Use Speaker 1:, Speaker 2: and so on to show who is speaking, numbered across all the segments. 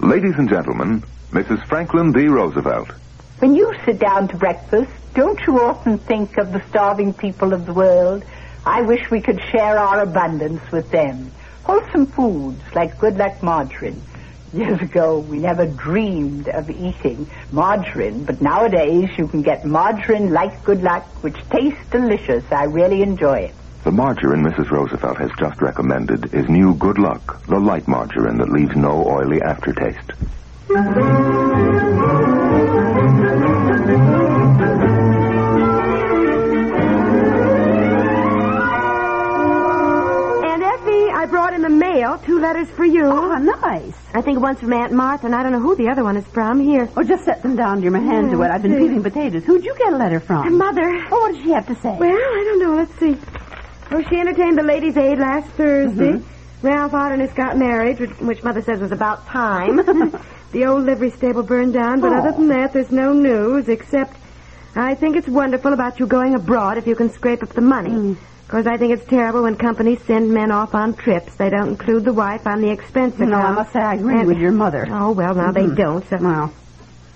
Speaker 1: Ladies and gentlemen, Mrs. Franklin D. Roosevelt.
Speaker 2: When you sit down to breakfast, don't you often think of the starving people of the world? I wish we could share our abundance with them. Wholesome foods like good luck margarine. Years ago, we never dreamed of eating margarine, but nowadays you can get margarine like good luck, which tastes delicious. I really enjoy it.
Speaker 1: The margarine Mrs. Roosevelt has just recommended is new Good Luck, the light margarine that leaves no oily aftertaste.
Speaker 3: And Effie, I brought in the mail two letters for you.
Speaker 4: Oh, nice.
Speaker 3: I think one's from Aunt Martha, and I don't know who the other one is from. Here.
Speaker 4: Oh, just set them down, dear. My hands are wet. I've been peeling potatoes. Who'd you get a letter from?
Speaker 3: Mother.
Speaker 4: Oh, what did she have to say?
Speaker 3: Well, I don't know. Let's see. Oh, she entertained the ladies' aid last Thursday.
Speaker 4: Mm-hmm.
Speaker 3: Ralph Alderness got married, which, which Mother says was about time. the old livery stable burned down,
Speaker 4: Oh.
Speaker 3: but other than that, there's no news except I think it's wonderful about you going abroad if you can scrape up the money.
Speaker 4: Mm.
Speaker 3: Because I think it's terrible when companies send men off on trips. They don't include the wife on the expense account.
Speaker 4: no, I must say I agree
Speaker 3: And-
Speaker 4: with your mother.
Speaker 3: Oh, well, now they don't. so-
Speaker 4: Mm-hmm. Well,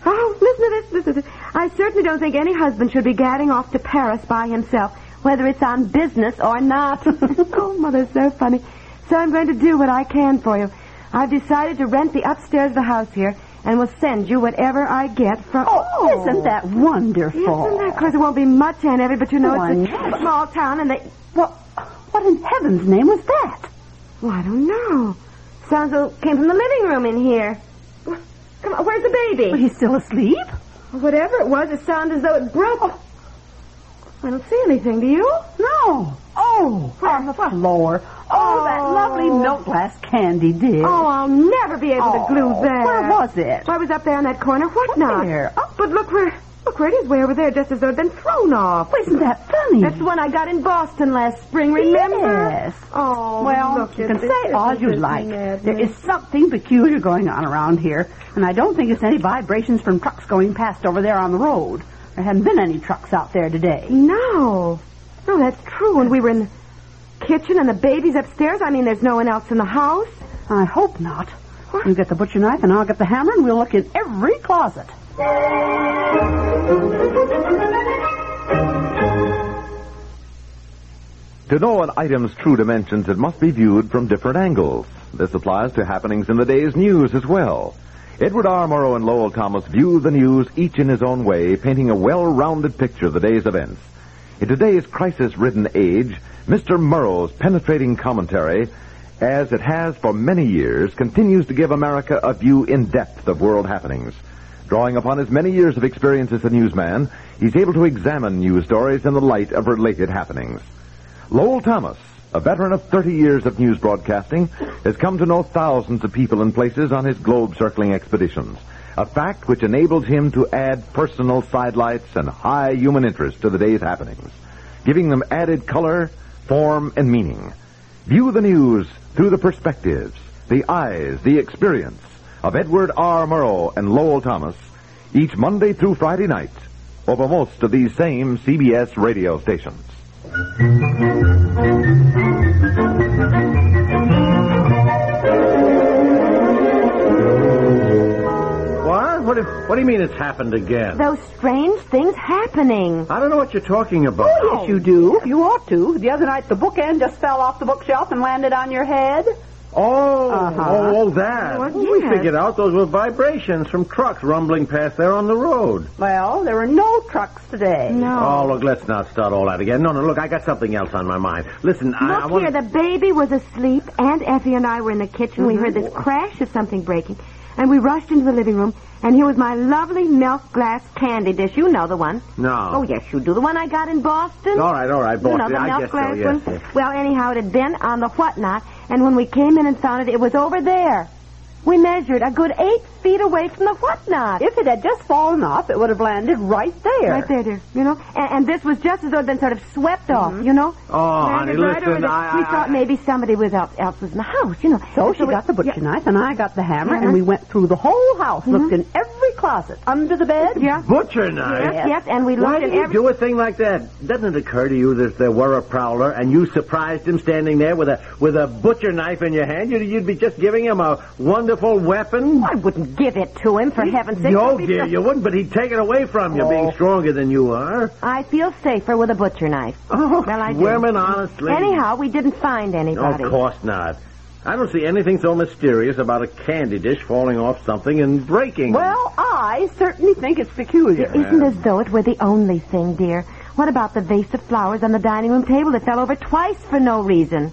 Speaker 3: Oh, listen to this, listen to this. I certainly don't think any husband should be gadding off to Paris by himself, whether it's on business or not. oh, Mother's so funny. So I'm going to do what I can for you. I've decided to rent the upstairs of the house here and will send you whatever I get from...
Speaker 4: oh, isn't that wonderful?
Speaker 3: Isn't that? Of course, it won't be much, Aunt Evie, but you know
Speaker 4: Why
Speaker 3: it's a
Speaker 4: not?
Speaker 3: small town and they...
Speaker 4: Well, what in heaven's name was that?
Speaker 3: Well, I don't know. Sounds like it came from the living room in here. Come on, where's the baby?
Speaker 4: Well, he's still asleep?
Speaker 3: Whatever it was, it sounded as though it broke. I don't see anything, do you?
Speaker 4: No. Oh, on the floor. Oh, that lovely milk glass candy did.
Speaker 3: Oh, I'll never be able to glue
Speaker 4: Oh,
Speaker 3: that.
Speaker 4: Where was it?
Speaker 3: Why, it was up there in that corner. What now?
Speaker 4: Where? Oh,
Speaker 3: But look where, look where it is, way over there, just as though it had been thrown off.
Speaker 4: Oh, isn't that funny?
Speaker 3: That's the one I got in Boston last spring, remember?
Speaker 4: Yes.
Speaker 3: Oh,
Speaker 4: Well,
Speaker 3: look,
Speaker 4: you
Speaker 3: at
Speaker 4: can
Speaker 3: this.
Speaker 4: say all
Speaker 3: Isn't
Speaker 4: you
Speaker 3: this
Speaker 4: like.
Speaker 3: madness?
Speaker 4: There is something peculiar going on around here, and I don't think it's any vibrations from trucks going past over there on the road. There haven't been any trucks out there today.
Speaker 3: No. No, that's true. And we were in the kitchen and the baby's upstairs. I mean, there's no one else in the house.
Speaker 4: I hope not. You get the butcher knife, and I'll get the hammer, and we'll look in every closet.
Speaker 5: To know an item's true dimensions, it must be viewed from different angles. This applies to happenings in the day's news as well. Edward R. Murrow and Lowell Thomas view the news each in his own way, painting a well-rounded picture of the day's events. In today's crisis-ridden age, Mr. Murrow's penetrating commentary, as it has for many years, continues to give America a view in depth of world happenings. Drawing upon his many years of experience as a newsman, he's able to examine news stories in the light of related happenings. Lowell Thomas, a veteran of 30 years of news broadcasting, has come to know thousands of people and places on his globe circling expeditions, a fact which enables him to add personal sidelights and high human interest to the day's happenings, giving them added color, form, and meaning. View the news through the perspectives, the eyes, the experience of Edward R. Murrow and Lowell Thomas each Monday through Friday night over most of these same CBS radio stations. What? What? If, What do you mean it's happened again?
Speaker 3: Those strange things happening.
Speaker 5: I don't know what you're talking about.
Speaker 6: Yes, you do. Oh, You ought to. The other night, the bookend just fell off the bookshelf and landed on your head.
Speaker 5: Oh,
Speaker 6: Uh-huh.
Speaker 5: oh, oh, that.
Speaker 3: Well,
Speaker 5: We
Speaker 3: yes.
Speaker 5: figured out those were vibrations from trucks rumbling past there on the road.
Speaker 6: Well, there were no trucks today.
Speaker 3: No.
Speaker 5: Oh, look, let's not start all that again. No, no, look, I got something else on my mind. Listen, I, I
Speaker 3: Look
Speaker 5: want
Speaker 3: here, the baby was asleep, and Effie and I were in the kitchen. We heard
Speaker 5: Mm-hmm.
Speaker 3: this crash of something breaking, and we rushed into the living room, and here was my lovely milk glass candy dish. You know the one.
Speaker 5: No.
Speaker 3: Oh, yes, you do. The one I got in Boston.
Speaker 5: All right, all right,
Speaker 3: You know,
Speaker 5: Boston.
Speaker 3: the
Speaker 5: I
Speaker 3: milk
Speaker 5: guess so,
Speaker 3: glass
Speaker 5: yes,
Speaker 3: one.
Speaker 5: yes.
Speaker 3: Well, anyhow, it had been on the whatnot, and when we came in and found it, it was over there. We measured a good eight feet away from the whatnot.
Speaker 6: If it had just fallen off, it would have landed right there.
Speaker 3: Right there, dear. You know, and, and this was just as though it had been sort of swept off.
Speaker 6: Mm-hmm.
Speaker 3: You know.
Speaker 5: Oh, honey,
Speaker 3: Landed right
Speaker 5: listen,
Speaker 3: over there.
Speaker 5: I-
Speaker 3: we
Speaker 5: I-
Speaker 3: thought
Speaker 5: I-
Speaker 3: maybe somebody was else, else was in the house. You know.
Speaker 6: So she
Speaker 3: we-
Speaker 6: got the butcher
Speaker 3: Yeah.
Speaker 6: knife, and I got the hammer,
Speaker 3: Mhm.
Speaker 6: and we went through the whole house, looked in every closet, under the bed.
Speaker 3: Yeah.
Speaker 5: Butcher knife.
Speaker 3: Yes, yes, and we
Speaker 5: Why
Speaker 3: looked
Speaker 5: did
Speaker 3: in
Speaker 5: you
Speaker 3: every.
Speaker 5: do a thing like that? Doesn't it occur to you that there were a prowler and you surprised him standing there with a with a butcher knife in your hand? You'd, you'd be just giving him a wonderful weapon.
Speaker 3: I wouldn't give it to him for heaven's sake.
Speaker 5: No,
Speaker 3: It'd be
Speaker 5: dear,
Speaker 3: so-
Speaker 5: you wouldn't, but he'd take it away from you,
Speaker 3: Oh.
Speaker 5: being stronger than you are.
Speaker 3: I feel safer with a butcher knife.
Speaker 5: Oh,
Speaker 3: Well, I do.
Speaker 5: women, honestly.
Speaker 3: Anyhow, we didn't find anybody.
Speaker 5: Of course not. I don't see anything so mysterious about a candy dish falling off something and breaking.
Speaker 6: Well, I certainly think it's peculiar.
Speaker 3: It isn't as though it were the only thing, dear. What about the vase of flowers on the dining room table that fell over twice for no reason?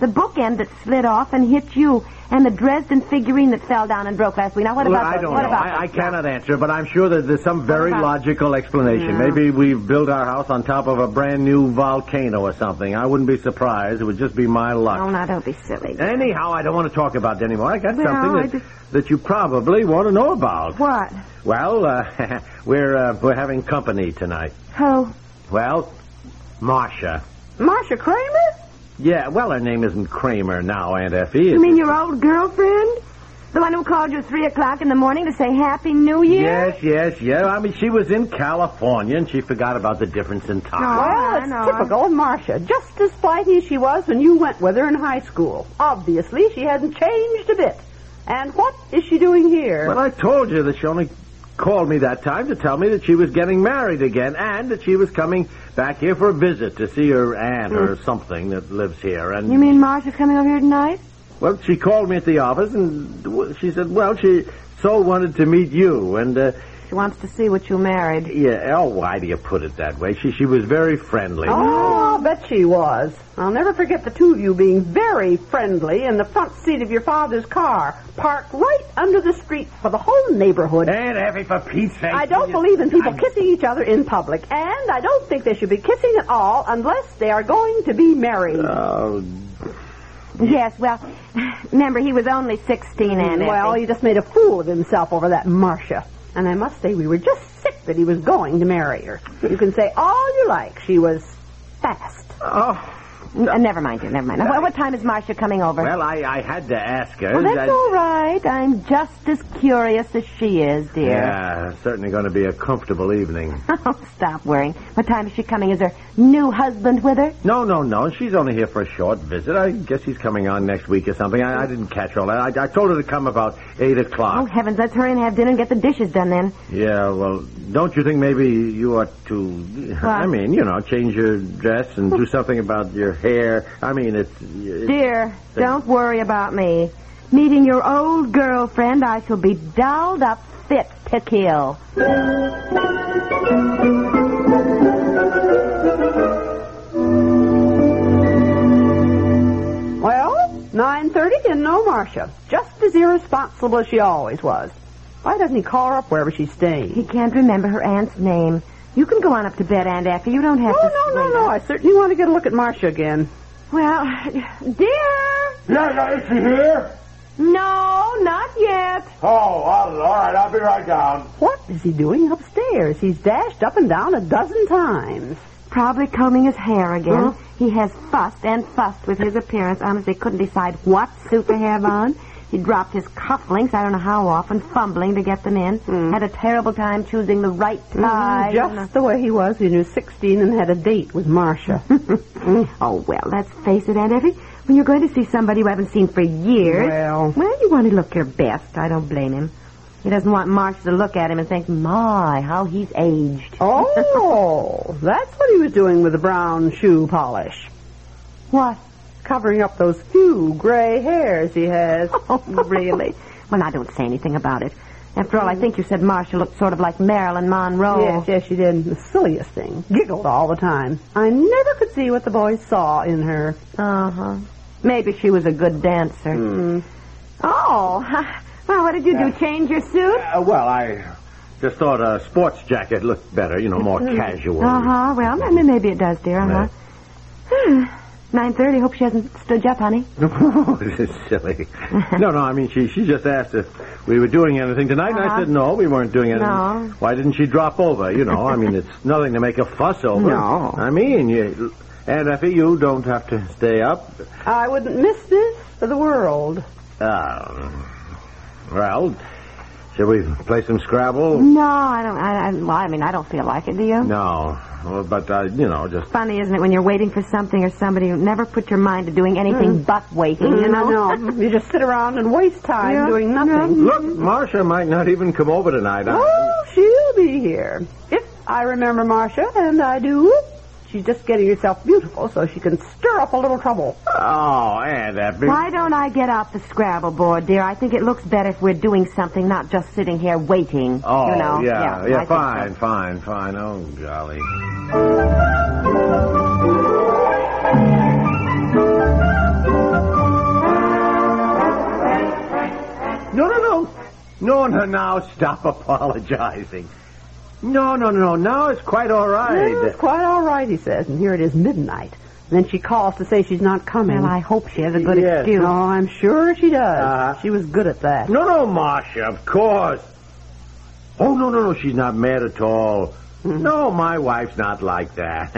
Speaker 3: The bookend that slid off and hit you, and the Dresden figurine that fell down and broke last week. Now, what
Speaker 5: Look,
Speaker 3: about
Speaker 5: I
Speaker 3: those?
Speaker 5: don't
Speaker 3: what
Speaker 5: know.
Speaker 3: About
Speaker 5: I, I
Speaker 3: those?
Speaker 5: cannot answer, but I'm sure that there's some very
Speaker 3: about-
Speaker 5: logical explanation. Maybe we've built our house on top of a brand new volcano or something. I wouldn't be surprised. It would just be my luck.
Speaker 3: Oh, now don't be silly.
Speaker 5: Eh?
Speaker 3: dear.
Speaker 5: Anyhow, I don't want to talk about it anymore. I got
Speaker 3: Well,
Speaker 5: something
Speaker 3: I
Speaker 5: that,
Speaker 3: just-
Speaker 5: that you probably want to know about.
Speaker 3: What?
Speaker 5: Well, uh, we're uh, we're having company tonight.
Speaker 3: Oh,
Speaker 5: Well, Marcia.
Speaker 6: Marcia Kramer?
Speaker 5: Yeah, well, her name isn't Kramer now, Aunt Effie.
Speaker 3: you mean your old girlfriend? The one who called you at 3 o'clock in the morning to say Happy New Year?
Speaker 5: Yes, yes, yeah. I mean, she was in California and she forgot about the difference in time.
Speaker 3: Oh, I
Speaker 6: Well, it's
Speaker 3: know.
Speaker 6: typical of Marcia. Just as flighty as she was when you went with her in high school. Obviously, she hasn't changed a bit. And what is she doing here?
Speaker 5: Well, I told you that she only called me that time to tell me that she was getting married again and that she was coming back here for a visit to see her aunt or something that lives here. And
Speaker 3: You mean Marcia's coming over here tonight?
Speaker 5: well, she called me at the office and w- she said, "Well, she so wanted to meet you." And uh,
Speaker 3: She wants to see what you married.
Speaker 5: yeah, oh, why do you put it that way? She she was very friendly.
Speaker 6: Oh, I'll bet she was. I'll never forget the two of you being very friendly in the front seat of your father's car, parked right under the street for the whole neighborhood.
Speaker 5: Aunt Effie, for Pete's sake!
Speaker 6: I don't believe in people kissing each other in public, and I don't think they should be kissing at all unless they are going to be married.
Speaker 5: Oh,
Speaker 3: Yes, well, remember, he was only 16, Aunt
Speaker 6: well,
Speaker 3: Effie.
Speaker 6: he just made a fool of himself over that Marcia. And I must say, we were just sick that he was going to marry her. You can say all you like, she was fast.
Speaker 5: oh.
Speaker 3: Uh, never mind, dear, never mind. Now, what- what time is Marcia coming over?
Speaker 5: Well, I, I had to ask her.
Speaker 3: Well,
Speaker 5: I-
Speaker 3: that's all right. I'm just as curious as she is, dear.
Speaker 5: Yeah, certainly going to be a comfortable evening.
Speaker 3: Oh, stop worrying. What time is she coming? Is her new husband with her?
Speaker 5: no, no, no. She's only here for a short visit. I guess he's coming on next week or something. I, I didn't catch all that. I, I told her to come about 8
Speaker 3: Oh,
Speaker 5: o'clock.
Speaker 3: heavens, let's hurry and have dinner and get the dishes done then.
Speaker 5: Yeah, well, don't you think maybe you ought to, I mean, you know, change your dress and do something about your hair? I mean, it's. it's
Speaker 3: Dear, don't worry about me. Meeting your old girlfriend, I shall be dolled up fit to kill.
Speaker 6: Well, 9.30 and no Marcia. Just as irresponsible as she always was. Why doesn't he call her up wherever she's
Speaker 3: He
Speaker 6: staying?
Speaker 3: can't remember her aunt's name. You can go on up to bed, Aunt Effie. You don't have to.
Speaker 6: Oh, no, no,
Speaker 3: wait
Speaker 6: no.
Speaker 3: up.
Speaker 6: I certainly want to get a look at Marcia again.
Speaker 3: Well, dear.
Speaker 7: Yeah, yeah, is she here?
Speaker 3: No, not yet.
Speaker 7: Oh, all right, I'll be right down.
Speaker 6: What is he doing upstairs? He's dashed up and down a dozen times.
Speaker 3: Probably combing his hair again.
Speaker 6: Huh?
Speaker 3: He has fussed and fussed with his appearance. Honestly, couldn't decide what suit to have on. He dropped his cufflinks, I don't know how often, fumbling to get them in. Had a terrible time choosing the right tie.
Speaker 6: Hmm. Mm-hmm. Just the way he was when he was 16 and had a date with Marcia.
Speaker 3: oh, well, let's face it, Aunt Effie. When you're going to see somebody you haven't seen for years,
Speaker 6: Well.
Speaker 3: well, you want to look your best. I don't blame him. He doesn't want Marsh to look at him and think, my, how he's aged.
Speaker 6: Oh, that's what he was doing with the brown shoe polish.
Speaker 3: What?
Speaker 6: Covering up those few gray hairs he has.
Speaker 3: Oh, really? Well, now don't say anything about it. After all, I think you said Marcia looked sort of like Marilyn Monroe.
Speaker 6: Yes, yes, she did. The silliest thing. Giggled all the time. I never could see what the boys saw in her.
Speaker 3: Uh-huh. Maybe she was a good dancer.
Speaker 6: Hmm.
Speaker 3: Oh, well, what did you do? Change your suit?
Speaker 5: Uh, well, I just thought a sports jacket looked better, you know, more casual.
Speaker 3: Uh-huh. Well, I mean, maybe it does, dear. Uh-huh. Nine thirty. Hope she hasn't stood you up, honey.
Speaker 5: this is silly. No, no, I mean, she she just asked if we were doing anything tonight, and I
Speaker 3: Uh-huh.
Speaker 5: said no, we weren't doing anything.
Speaker 3: No.
Speaker 5: Why didn't she drop over? You know, I mean, it's nothing to make a fuss over.
Speaker 6: No.
Speaker 5: I mean, you, Aunt Effie, you don't have to stay up.
Speaker 6: I wouldn't miss this for the world.
Speaker 5: Um, well, shall we play some Scrabble?
Speaker 3: No, I don't. I, I, well, I mean, I don't feel like it. Do you?
Speaker 5: No. Well, but, uh, you know, just...
Speaker 3: Funny, isn't it, when you're waiting for something or somebody? You never put your mind to doing anything
Speaker 5: Mm.
Speaker 3: but waiting. You know.
Speaker 6: No, no. you just sit around and waste time
Speaker 3: Yeah,
Speaker 6: doing nothing.
Speaker 5: Look, Marcia might not even come over tonight. I-
Speaker 6: Oh, she'll be here. If I remember Marcia, and I do. She's just getting herself beautiful so she can stir up a little trouble.
Speaker 5: Oh, Aunt Effie.
Speaker 3: Why don't I get off the Scrabble board, dear? I think it looks better if we're doing something, not just sitting here waiting.
Speaker 5: Oh,
Speaker 3: you know?
Speaker 5: yeah, yeah,
Speaker 3: I think so.
Speaker 5: fine, fine, fine. Oh, golly. No, no, no. No, no, now stop apologizing. No, no, no, now it's quite all right.
Speaker 6: Well, Oh, it's quite all right, he says, and here it is midnight. And then she calls to say she's not coming.
Speaker 3: Well, I hope she has a good
Speaker 5: Yes.
Speaker 3: excuse.
Speaker 6: Oh, I'm sure she does.
Speaker 5: Uh-huh.
Speaker 6: She was good at that.
Speaker 5: No, no, Marcia, of course. Oh, no, no, no, she's not mad at all. No, my wife's not like that.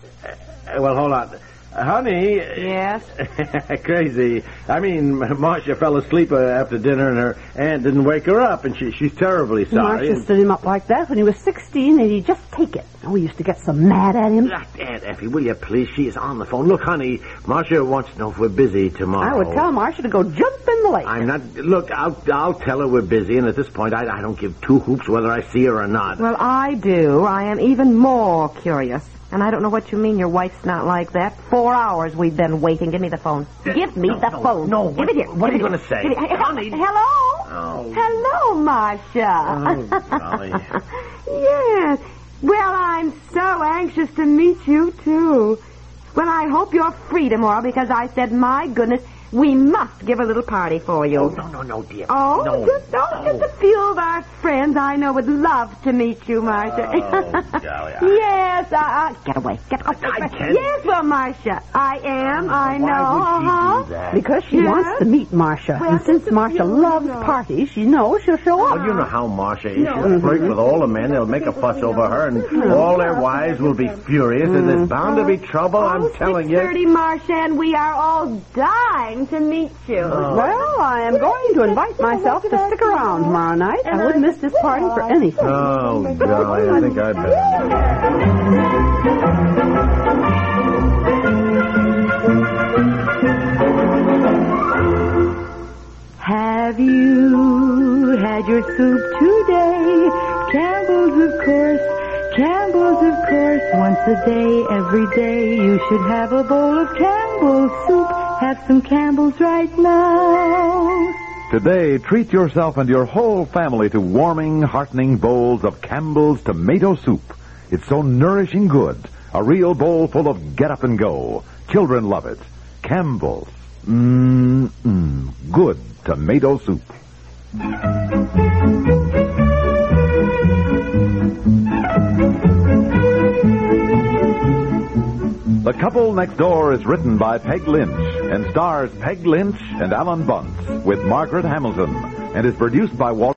Speaker 5: well, hold on. Honey.
Speaker 3: Yes?
Speaker 5: crazy. I mean, Marcia fell asleep uh, after dinner, and her aunt didn't wake her up, and she, she's terribly sorry.
Speaker 6: Marcia stood him up like that when he was 16, and he'd just take it. And we used to get so mad at him.
Speaker 5: Ah, Aunt Effie, will you please? She is on the phone. Look, honey, Marcia wants to know if we're busy tomorrow.
Speaker 6: I would tell Marcia to go jump in the lake.
Speaker 5: I'm not. Look, I'll, I'll tell her we're busy, and at this point, I, I don't give two hoops whether I see her or not.
Speaker 3: Well, I do. I am even more curious. And I don't know what you mean your wife's not like that. Four hours we've been waiting. Give me the phone. Give me
Speaker 5: no,
Speaker 3: the
Speaker 5: no,
Speaker 3: phone.
Speaker 5: no,
Speaker 3: Give
Speaker 5: what-
Speaker 3: it here.
Speaker 5: what are
Speaker 3: Give
Speaker 5: you
Speaker 3: it
Speaker 5: gonna
Speaker 3: here.
Speaker 5: say?
Speaker 3: Give it here.
Speaker 5: Honey.
Speaker 3: Hello?
Speaker 5: Oh.
Speaker 3: Hello, Marcia.
Speaker 5: Oh, golly.
Speaker 3: yes. Well, I'm so anxious to meet you, too. Well, I hope you're free tomorrow because I said, my goodness, we must give a little party for you.
Speaker 5: No, no, no, dear.
Speaker 3: Oh,
Speaker 5: no.
Speaker 3: just, oh, just a few of our friends I know would love to meet you, Marcia.
Speaker 5: Oh, golly, I-
Speaker 3: yes, I, I, get away. Get away.
Speaker 5: I can't-
Speaker 3: Yes, well, Marcia, I am. I know.
Speaker 5: Why
Speaker 3: uh-huh.
Speaker 5: would she do that?
Speaker 6: Because she
Speaker 3: Yes?
Speaker 6: wants to meet Marcia.
Speaker 3: Well,
Speaker 6: and since
Speaker 3: it's a
Speaker 6: Marcia
Speaker 3: beautiful
Speaker 6: loves
Speaker 3: dog.
Speaker 6: parties, she knows she'll show up.
Speaker 5: Well, you know how Marcia is. She'll flirt with all the men. They'll make a fuss over her, and all their wives will be furious, and there's bound to be trouble,
Speaker 3: Oh,
Speaker 5: I'm telling you.
Speaker 3: 6:30, Marcia, and we are all dying to meet you.
Speaker 6: Well, I am going to invite myself to stick around tomorrow night. I wouldn't miss this party for anything.
Speaker 5: Oh, golly, I think I better.
Speaker 3: Have you had your soup today? Campbell's, of course. Campbell's, of course. Once a day, every day, you should have a bowl of Campbell's soup. Have some Campbell's right now.
Speaker 8: Today, treat yourself and your whole family to warming, heartening bowls of Campbell's tomato soup. It's so nourishing good. A real bowl full of get up and go. Children love it. Campbell's. Mmm, mmm. Good tomato soup. The Couple Next Door is written by Peg Lynch and stars Peg Lynch and Alan Bunce with Margaret Hamilton and is produced by Walter.